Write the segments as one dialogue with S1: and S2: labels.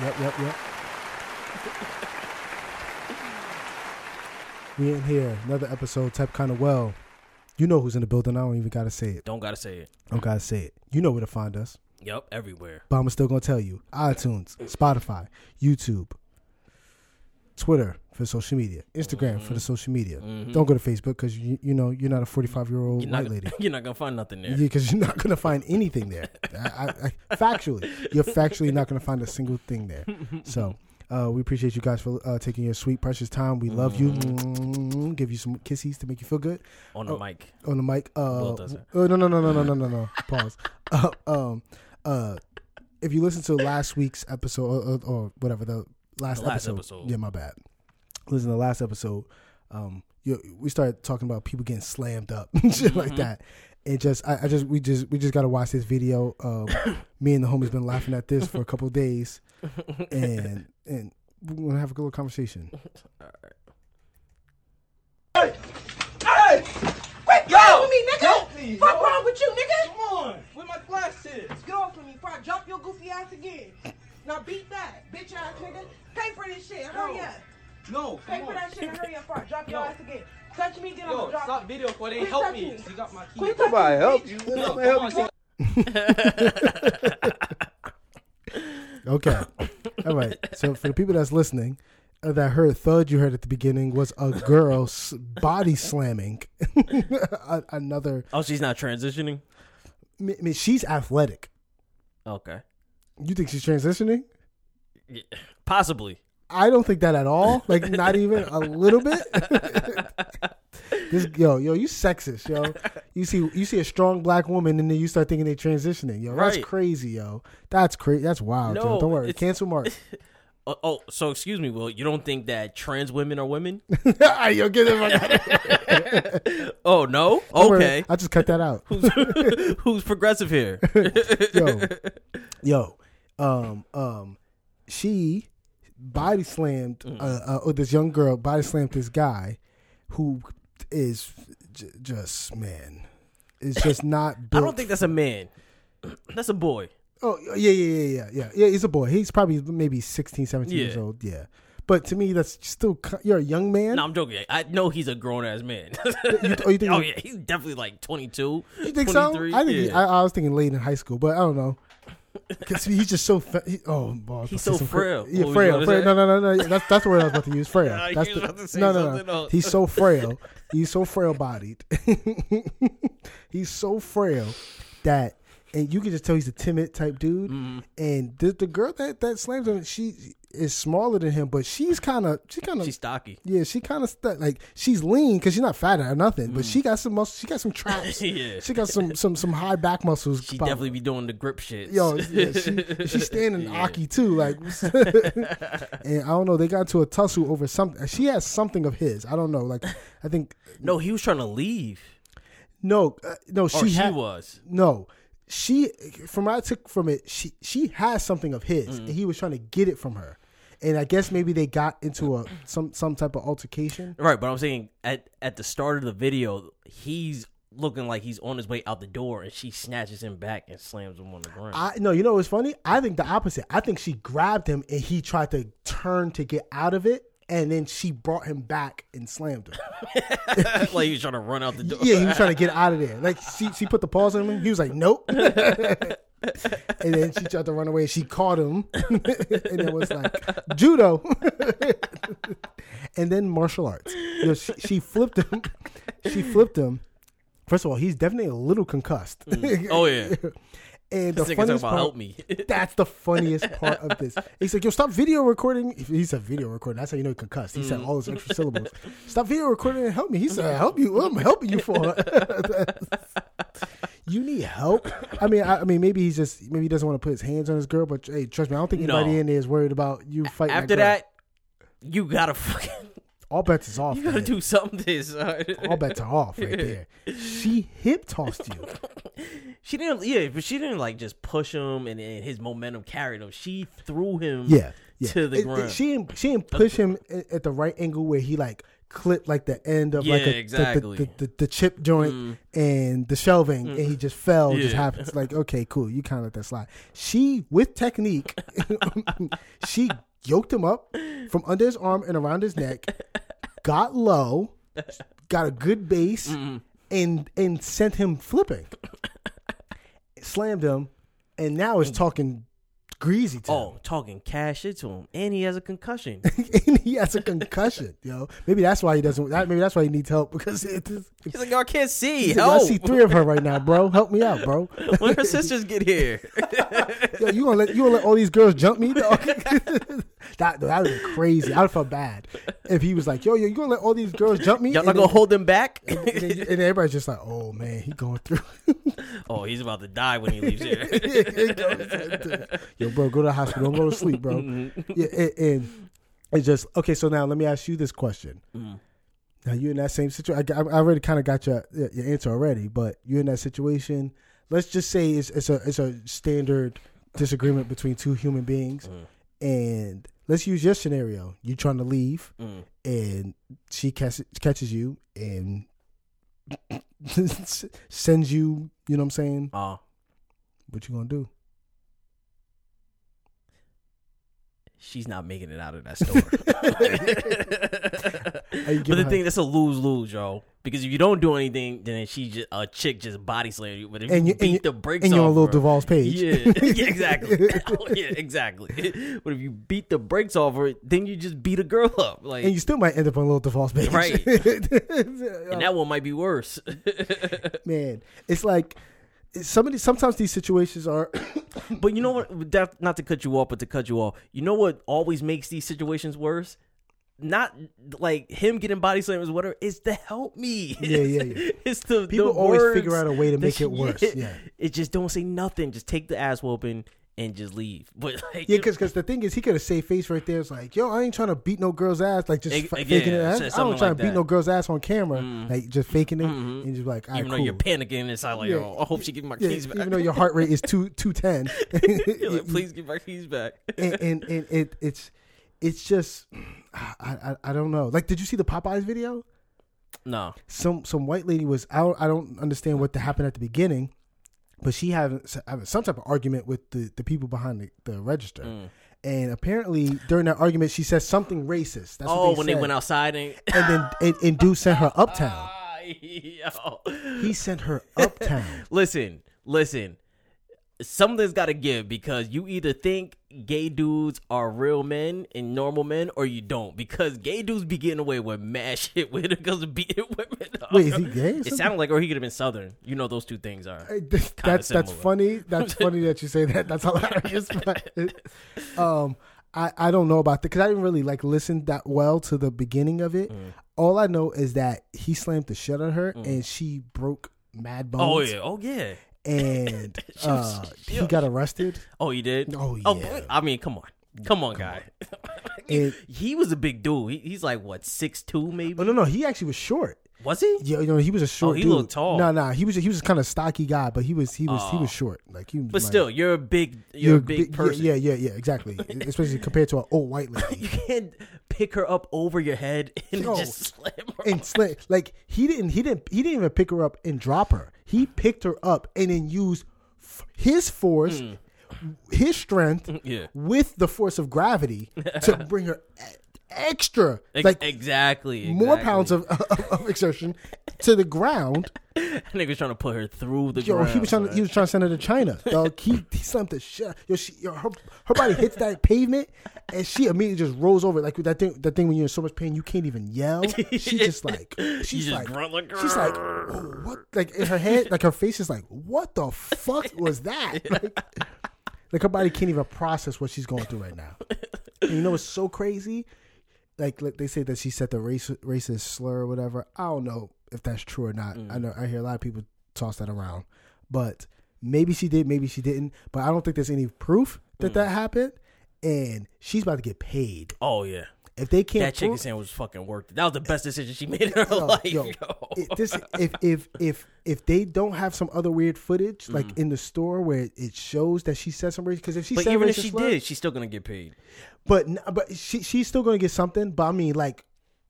S1: Yep, yep, yep. we in here. Another episode, Tep Kind of Well. You know who's in the building. I don't even got to say it.
S2: Don't gotta say it.
S1: Don't got to say it. You know where to find us.
S2: Yep, everywhere.
S1: But I'm still going to tell you iTunes, Spotify, YouTube, Twitter for social media, Instagram
S2: Mm-hmm.
S1: for the social media. Don't go to Facebook because, you, you know, you're not a 45 year old
S2: You're not,
S1: white
S2: gonna-
S1: lady.
S2: you're not gonna find nothing there.
S1: Yeah, because you're not gonna find anything there. I, I, I, factually, you're factually not gonna find a single thing there. So uh, we appreciate you guys for uh, taking your sweet, precious time. We love you. mm Give you some kisses to make you feel good
S2: On the
S1: Oh.
S2: mic.
S1: on the mic. Uh,
S2: Will does it.
S1: uh, no, no, no, no, no, no, no, no. Pause. Uh, um, uh, if you listen to last week's episode or, or, or whatever the last,
S2: The last
S1: episode,
S2: episode.
S1: yeah, my bad. Listen to the last episode. Um, you, we started talking about people getting slammed up, and shit
S2: Mm-hmm.
S1: like that. It just, I, I just, we just, we just got to watch this video. Um, me and the homies been laughing at this for a couple of days, and and we're gonna have a good little conversation.
S3: Hey! Hey! Quit yo, with me, nigga! Fuck wrong with you, nigga? Come on! Where my glasses?
S4: Get off of me before I jump your goofy ass again. Now beat that, bitch ass nigga. Pay for this shit. Hurry
S3: Yo,
S4: up.
S3: No,
S4: Pay
S3: come
S4: for
S3: on.
S4: that shit and hurry up before I drop
S3: Yo.
S4: your ass again. Touch me, then
S3: Yo,
S4: I'ma drop
S3: stop
S4: you.
S3: video before they
S4: Quit
S3: help
S4: touching
S3: me.
S4: me.
S3: You got my key.
S4: Quit touching me, bitch.
S3: No, come on, see-
S1: Okay. All right. So for the people that's listening, uh, that heard thud you heard at the beginning was a girl s- body slamming a- another.
S2: Oh, she's not transitioning.
S1: I mean- I mean, she's athletic.
S2: Okay.
S1: You think she's transitioning?
S2: Yeah. Possibly.
S1: I don't think that at all. Like not even a little bit. this yo yo you sexist yo. You see you see a strong black woman and then you start thinking they transitioning yo.
S2: Right.
S1: That's crazy yo. That's crazy. That's wild. yo.
S2: No,
S1: Don't worry.
S2: it's-
S1: Cancel Mark.
S2: Oh, oh, so excuse me, Will. You don't think that trans women are women?
S1: yo get the fuck out of here.
S2: Oh no.
S1: Don't worry.
S2: Okay.
S1: I just cut that out.
S2: Who's, who's progressive here?
S1: yo, yo, um, um, she body slammed
S2: Mm.
S1: uh, uh, or this young girl body slammed this guy who is j- just man, is just not
S2: I
S1: built.
S2: don't think that's a man. That's a boy.
S1: oh yeah, yeah, yeah, yeah, yeah, yeah. He's a boy. He's probably maybe 16, 17 years
S2: Yeah.
S1: old. Yeah. But to me, that's still ki- you're a young man.
S2: No, I'm joking. I know he's a grown ass man.
S1: oh, you think-
S2: oh yeah, he's definitely like 22.
S1: you think so? I think he,
S2: yeah.
S1: I, I was thinking late in high school, but I don't know. Cause he's just so fa- he, oh boy, I was
S2: He's
S1: about to
S2: so
S1: say some cra-
S2: frail.
S1: Yeah,
S2: What was you
S1: frail.
S2: gonna
S1: frail.
S2: say?
S1: No, no, no, no. yeah, That's that's the word I was about to use. Frail.
S2: Yeah, you
S1: that's
S2: was
S1: the,
S2: about to say
S1: no, no,
S2: something
S1: no.
S2: else.
S1: He's so frail. he's so frail bodied. he's so frail that, and you can just tell he's a timid type dude.
S2: Mm-hmm.
S1: And the, the girl that that slams him, she is smaller than him, but she's kind of she kind of
S2: She's stocky.
S1: yeah, she kind of stu like she's lean because she's not fat or nothing, but she got some muscles. She got some traps.
S2: Mm. Yeah.
S1: She got some some some high back muscles.
S2: She
S1: pop-
S2: definitely be doing the grip shit.
S1: Yo, yeah, she, she's standing Aki too, like, and I don't know. They got into a tussle over something. She has something of his. I don't know. Like, I think
S2: No, he was trying to leave.
S1: no, uh, no. She,
S2: Or Oh, she,
S1: had-
S2: was.
S1: no. She from what I took from it, she she has something of his,
S2: Mm.
S1: and he was trying to get it from her. And I guess maybe they got into a some some type of altercation.
S2: Right, but I'm saying at at the start of the video, he's looking like he's on his way out the door and she snatches him back and slams him on the ground.
S1: I no, you know what's funny? I think the opposite. I think she grabbed him and he tried to turn to get out of it, and then she brought him back and slammed him.
S2: like he was trying to run out the door.
S1: yeah, he was trying to get out of there. Like she, she put the paws on him. He was like, nope. and then she tried to run away. She caught him, and it was like judo, and then martial arts. You know, she, she flipped him. She flipped him. First of all, he's definitely a little concussed.
S2: Oh yeah.
S1: and the
S2: This nigga talking
S1: funniest
S2: about
S1: part,
S2: help me.
S1: That's the funniest part of this. He's like, yo, stop video recording. He said video recording. That's how you know he concussed. He said all those extra syllables. Stop video recording and help me. He said, help you. What I'm helping you for. you need help. I mean, I, I mean, maybe he's just maybe he doesn't want to put his hands on his girl. But hey, trust me, I don't think
S2: No.
S1: anybody in there is worried about you fighting.
S2: After
S1: girl.
S2: that, you gotta fucking
S1: all bets is off.
S2: you gotta
S1: man.
S2: do something to this.
S1: all bets are off right there. She hip tossed you.
S2: She didn't yeah, but she didn't like just push him and, and his momentum carried him. She threw him
S1: Yeah. yeah.
S2: to the
S1: It- it-
S2: ground.
S1: she didn't, she didn't push him a- at the right angle where he like clip like the end of like
S2: Yeah,
S1: a, the-
S2: exactly. Mm.
S1: the, the, the, chip joint and the shelving, and he just fell. Just
S2: Yeah.
S1: happens. Like okay, cool. You kind of let that slide. She with technique, she yoked him up from under his arm and around his neck, got low, got a good base, and and sent him flipping, slammed him, and now is talking greasy to him.
S2: Mm. Oh, talking cash shit to him, and he has a concussion.
S1: and he has a concussion, yo. Maybe that's why he doesn't. that- Maybe that's why he needs help because it is,
S2: He's like, "Yo, I can't see.
S1: Yo, I
S2: Help!
S1: see three of her right now, bro. Help me out, bro.
S2: when her sisters get here,
S1: Yo, you gonna let you gonna let all these girls jump me? Dog? that that would be crazy. I'd felt bad if he was like, yo, yo, you gonna let all these girls jump me?
S2: y'all
S1: And
S2: not
S1: then-
S2: gonna hold them back."
S1: and, then, and then everybody's just like, oh man, he going through.
S2: oh, he's about to die when he leaves here.
S1: It goes- yo, bro, go to the hospital. Don't go to sleep, bro.
S2: Mm-hmm.
S1: Yeah, and, and it's just okay. So now let me ask you this question.
S2: Mm.
S1: Now you in that same situation. I, I already kind of got your your answer already, but you're in that situation. Let's just say it's it's a it's a standard disagreement between two human beings,
S2: Mm-hmm.
S1: and let's use your scenario. You trying to leave,
S2: Mm.
S1: and she catches catches you and sends you. You know what I'm saying?
S2: Oh,
S1: What you gonna do?
S2: she's not making it out of that store.
S1: Are you
S2: but
S1: giving
S2: the
S1: her-
S2: thing, that's a lose lose, yo. Because if you don't do anything, then she just a chick just body slam you. But if
S1: And you-
S2: you
S1: and
S2: beat
S1: you-
S2: the brakes
S1: and
S2: off
S1: you're on Lil
S2: her-
S1: Duval's page.
S2: Yeah, yeah, exactly. yeah, exactly. But if you beat the brakes off her, then you just beat a girl up. Like
S1: and you still might end up on Lil Duval's page, Oh,
S2: Right.
S1: and
S2: and uh, that one might be worse.
S1: man, it's like somebody. Sometimes these situations are
S2: but you know what? That, not to cut you off, but to cut you off. You know what always makes these situations worse? Not like him getting body slams, whatever. It's the help me.
S1: Yeah, yeah, yeah.
S2: It's the the
S1: People always
S2: words
S1: figure out a way to
S2: that
S1: make
S2: she-
S1: it worse, yeah.
S2: it just don't say nothing. Just take the ass whooping and just leave. But like,
S1: yeah, because the thing is, he could have saved face right there. It's like, yo, I ain't trying to beat no girl's ass, like just
S2: Ag-
S1: f-
S2: ag-
S1: faking
S2: yeah,
S1: it.
S2: so-
S1: I don't
S2: something
S1: try
S2: like
S1: to beat
S2: that. Mm-hmm.
S1: no girl's ass on camera, like just faking it, and just be like, all right,
S2: even
S1: cool.
S2: though you're panicking, it's not like,
S1: Yeah.
S2: oh, I hope she gives my
S1: Yeah,
S2: keys back.
S1: even though your heart rate is two two ten,
S2: You're like, please give my keys back.
S1: and, and, and it it's it's just I, I I don't know. Like, did you see the Popeyes video?
S2: no.
S1: some some white lady was out. I don't understand what happened at the beginning, but she having, having some type of argument with the, the people behind the, the register,
S2: Mm.
S1: and apparently during that argument she said something racist. That's
S2: Oh,
S1: what
S2: when they
S1: said.
S2: went outside and
S1: and then and, and dude sent her uptown.
S2: Ah, yo.
S1: He sent her uptown.
S2: listen, listen. Something's got to give because you either think gay dudes are real men and normal men, or you don't. Because gay dudes be getting away with mad shit with it because of beating women. up.
S1: Wait, is he gay or
S2: It
S1: something?
S2: sounded like, or he could have been southern. You know, those two things are.
S1: Hey, th- that's that's
S2: similar.
S1: funny. That's funny that you say that. That's hilarious. but, um, I I don't know about that because I didn't really like listen that well to the beginning of it.
S2: Mm.
S1: All I know is that he slammed the shit on her and she broke mad bones.
S2: Oh yeah, oh yeah.
S1: and
S2: She was-
S1: uh,
S2: yeah.
S1: he got arrested.
S2: Oh, you did.
S1: Oh, yeah.
S2: I mean, come on, come on, guy.
S1: And,
S2: he was a big dude. He, he's like what six two maybe?
S1: oh no, no, he actually was short.
S2: Was he?
S1: Yeah, you know, he was a short.
S2: Oh, he
S1: dude.
S2: looked tall.
S1: No, no, he was he was kind of stocky guy, but he was he was he was short. Like he, was
S2: But
S1: like-
S2: still, you're a big, you're, a big,
S1: yeah,
S2: person.
S1: Yeah, yeah, yeah, exactly. Especially compared to an old white lady.
S2: You can't pick her up over your head and
S1: Yo.
S2: just slam her.
S1: and sla Like he didn't, he didn't, he didn't even pick her up and drop her. He picked her up and then used f- his force, his strength,
S2: Mm. yeah.
S1: with the force of gravity to bring her e- extra,
S2: Ex-
S1: like
S2: exactly,
S1: more pounds of, of, of exertion to the ground.
S2: That nigga's trying to put her through the
S1: Yo,
S2: ground.
S1: he was trying, to, he was trying to send her to China. Dog, he, he slammed the shit. Yo, she, yo, her, her body hits that pavement, and she immediately just rolls over like that thing. That thing when you're in so much pain, you can't even yell. She just like, she's
S2: just
S1: like,
S2: grunt like,
S1: she's like, "Oh, what? Like in her head, like her face is like, what the fuck was that? Like, like her body can't even process what she's going through right now. And you know what's so crazy? Like, like they say that she said the race, racist slur or whatever. I don't know if that's true or not.
S2: Mm.
S1: I know I hear a lot of people toss that around, but maybe she did, maybe she didn't. But I don't think there's any proof
S2: Mm.
S1: that that happened. And she's about to get paid
S2: oh yeah,
S1: if they can't.
S2: that chicken
S1: prove-
S2: sandwich was fucking worth it. That was the best decision she made in her
S1: yo,
S2: life.
S1: yo,
S2: Yo.
S1: it- this if if if if they don't have some other weird footage like in the store where it, it shows that she said some racist because if she
S2: Mm. but
S1: said
S2: even if
S1: racist
S2: she
S1: slur-
S2: did, she's still gonna get paid.
S1: but n- but she she's still gonna get something. But I mean, like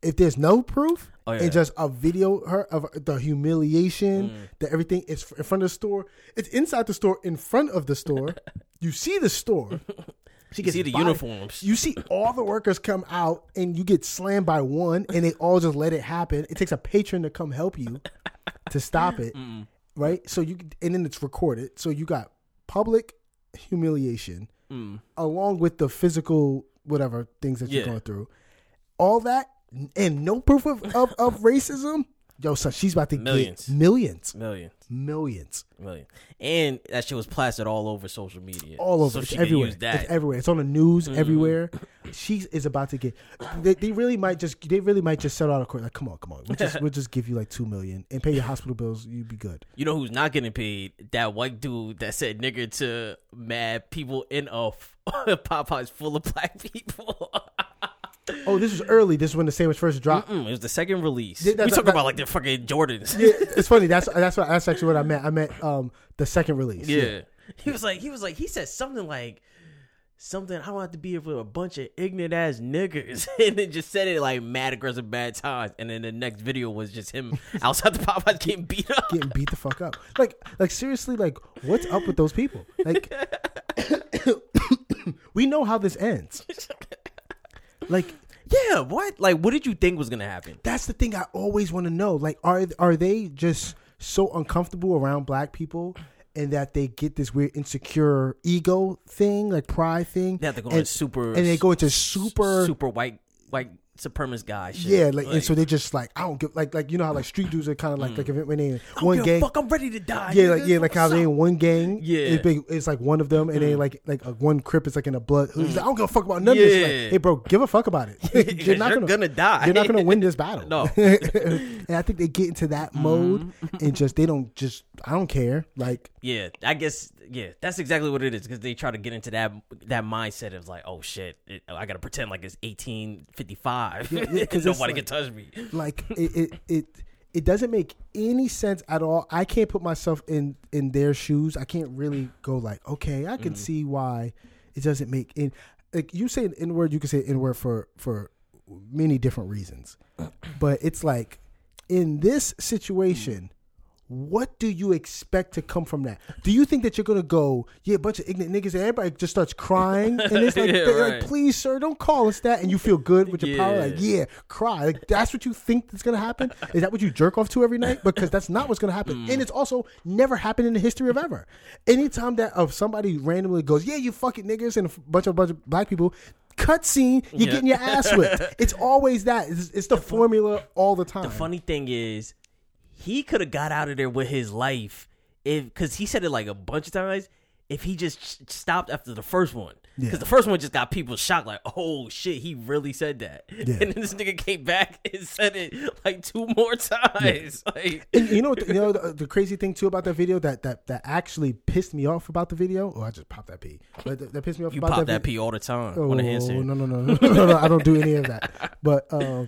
S1: if there's no proof
S2: Oh, yeah. Mm.
S1: and just a video of her of the humiliation, the everything is in front of the store. It's inside the store, in front of the store. you see the store. She gets
S2: see the
S1: bodied.
S2: uniforms.
S1: You see all the workers come out, and you get slammed by one, and they all just let it happen. It takes a patron to come help you to stop it, right? So you and then it's recorded. So you got public humiliation along with the physical whatever things that you're
S2: Mm. Yeah.
S1: going through. All that and no proof of of, of racism. Yo, son, she's about to
S2: Millions.
S1: get millions,
S2: Millions.
S1: millions,
S2: Million. And that shit was plastered all over social media.
S1: all over.
S2: So
S1: it's
S2: she
S1: everywhere.
S2: Can use that. Mm-hmm.
S1: It's everywhere. It's on the news everywhere. She is about to get. They, they really might just. They really might just settle out of court. Like, come on, come on. We'll just, we'll just give you like two million and pay your hospital bills. You'd be good.
S2: You know who's not getting paid? That white dude that said nigger to mad people in a f- Popeyes full of black people.
S1: Oh, this was early. This is when the sandwich first dropped.
S2: Mm, it was the second release.
S1: Th- that-
S2: we
S1: that-
S2: talking
S1: that-
S2: about like the fucking Jordans.
S1: Yeah, it's funny. That's that's what that's actually what I meant. I meant um the second release.
S2: Yeah. He was like, he was like, he said something like, something, I don't have to be here with a bunch of ignorant ass niggers. and then just said it like mad aggressive, bad times. And then the next video was just him outside the Popeyes getting beat up.
S1: getting beat the fuck up. Like, like seriously, like what's up with those people? Like, we know how this ends. Like,
S2: Yeah, what? Like, what did you think was going to happen?
S1: that's the thing I always want to know. Like, are are they just so uncomfortable around black people? And that they get this weird insecure ego thing, like pride thing.
S2: They have to go
S1: and,
S2: into super-
S1: and they go into super,
S2: Super white, white supremacist guy shit.
S1: yeah, like, and so they just like I don't give like like you know how like street dudes are kind of like like if when they in
S2: Mm. "Don't
S1: one
S2: give a
S1: gang,
S2: Fuck, I'm ready to die.
S1: Yeah, like
S2: nigga.
S1: yeah, like how they
S2: What's
S1: in one gang.
S2: Yeah. Mm-hmm.
S1: it's, big, it's like one of them, and they like like uh, one crip is like in a blood. He's like, I don't give a fuck about none of this.
S2: Yeah.
S1: Like, hey, bro, give a fuck about it.
S2: Because you're gonna die.
S1: You're not gonna win this battle.
S2: No. Mm-hmm.
S1: and I think they get into that mode and just they don't just I don't care. Like
S2: Yeah, I guess. Yeah, that's exactly what it is because they try to get into that that mindset of like, oh shit, it, I gotta pretend like it's 1855.
S1: Yeah, yeah, 'cause it's like-
S2: Nobody can touch me.
S1: like it it. it it doesn't make any sense at all. I can't put myself in in their shoes. I can't really go like, okay, I
S2: Mm.
S1: can see why it doesn't make in like you say an N word, you can say N word for for many different reasons. But it's like in this
S2: Mm.
S1: situation, what do you expect to come from that? Do you think that you're gonna go, yeah, a bunch of ignorant niggas and everybody just starts crying and it's like,
S2: Yeah,
S1: they're
S2: right.
S1: like please sir, don't call us that and you feel good with your power, like,
S2: Yeah.
S1: yeah, cry. Like that's what you think that's gonna happen? Is that what you jerk off to every night? Because that's not what's gonna happen. And it's also never happened in the history of ever. Anytime that of somebody randomly goes, Yeah, you fucking niggas and a f- bunch of bunch of black people, cutscene, you're
S2: Yeah.
S1: getting your ass whipped. It's always that. It's, it's the, formula all the time.
S2: The funny thing is, he could have got out of there with his life if because he said it like a bunch of times. If he just sh- stopped after the first one, because
S1: Yeah.
S2: the first one just got people shocked, like, "Oh shit, he really said that," and then this nigga came back and said it like two more times. Like,
S1: And you know, what the, you know the, the crazy thing too about that video that that that actually pissed me off about the video. Oh, I just popped that pee, but that, that pissed me off
S2: you
S1: about
S2: pop
S1: that
S2: that
S1: vi-
S2: pee all the time
S1: Oh,
S2: on a handstand.
S1: no, no, no, no, no, no, I don't do any of that. But uh,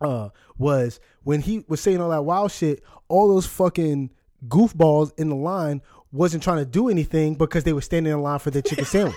S1: uh, was when he was saying all that wild shit, all those fucking goofballs in the line wasn't trying to do anything because they were standing in line for their chicken sandwich.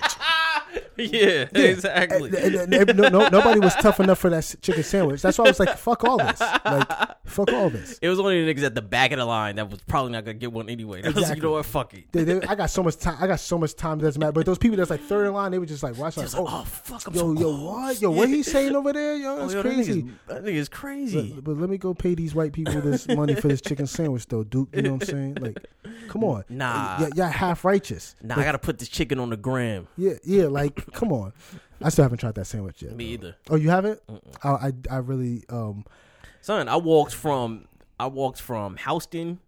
S2: Yeah, exactly.
S1: And- and- and no, no, nobody was tough enough for that s- chicken sandwich. That's why I was like, fuck all this, like fuck all this.
S2: It was only the niggas at the back of the line that was probably not gonna get one anyway. That was,
S1: Exactly.
S2: you know what? Fuck it.
S1: They- they- I got so much time. I got so much time. It doesn't matter. But those people that's like third in line, they were just like, watch like,
S2: It's like,
S1: oh,
S2: oh, fuck, I'm
S1: yo,
S2: so
S1: yo, what, yo, what he saying over there? Yo,
S2: Oh,
S1: that's
S2: yo, that nigga's-
S1: crazy.
S2: That nigga is crazy.
S1: But, but let me go pay these white people this money for this chicken sandwich, though, Duke. You know what I'm saying? Like, come on,
S2: Nah.
S1: Y- y- y'all half righteous.
S2: Nah, I gotta put this chicken on the gram.
S1: Yeah, yeah, like, come on. I still haven't tried that sandwich yet.
S2: Me
S1: though.
S2: either.
S1: Oh, you haven't? I, I, I really, um,
S2: Son, I walked from I walked from Houston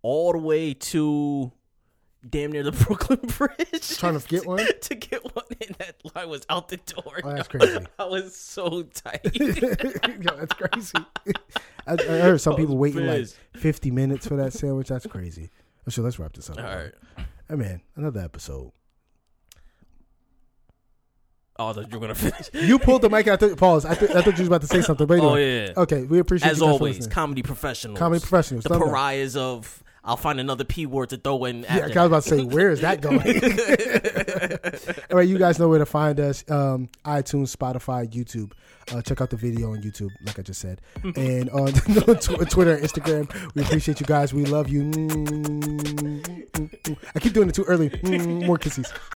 S2: all the way to damn near the Brooklyn Bridge.
S1: Trying to get one?
S2: to get one and that line was out the door.
S1: Oh, that's crazy.
S2: I was so tight.
S1: yo, that's crazy. I, I heard
S2: Oh,
S1: some people waiting like
S2: pissed.
S1: 50 minutes for that sandwich. That's crazy. So let's wrap this up.
S2: all right.
S1: Hey man, another episode.
S2: Oh, I thought you were gonna finish.
S1: You pulled the mic out. Th- pause. I, th- I thought you was about to say something, but
S2: Oh,
S1: anyway.
S2: yeah.
S1: Okay, we appreciate
S2: As
S1: you guys for
S2: always,
S1: listening.
S2: comedy professionals.
S1: Comedy professionals,
S2: The
S1: thumbs up.
S2: pariahs of I'll find another P word to throw in
S1: Yeah,
S2: after.
S1: 'cause I was about to say, where is that going? All right, you guys know where to find us: um, iTunes, Spotify, YouTube. Uh, check out the video on YouTube, like I just said, and on Tw- Twitter, and Instagram. We appreciate you guys. We love you. Mm, mm, mm. I keep doing it too early. Mm, more kisses.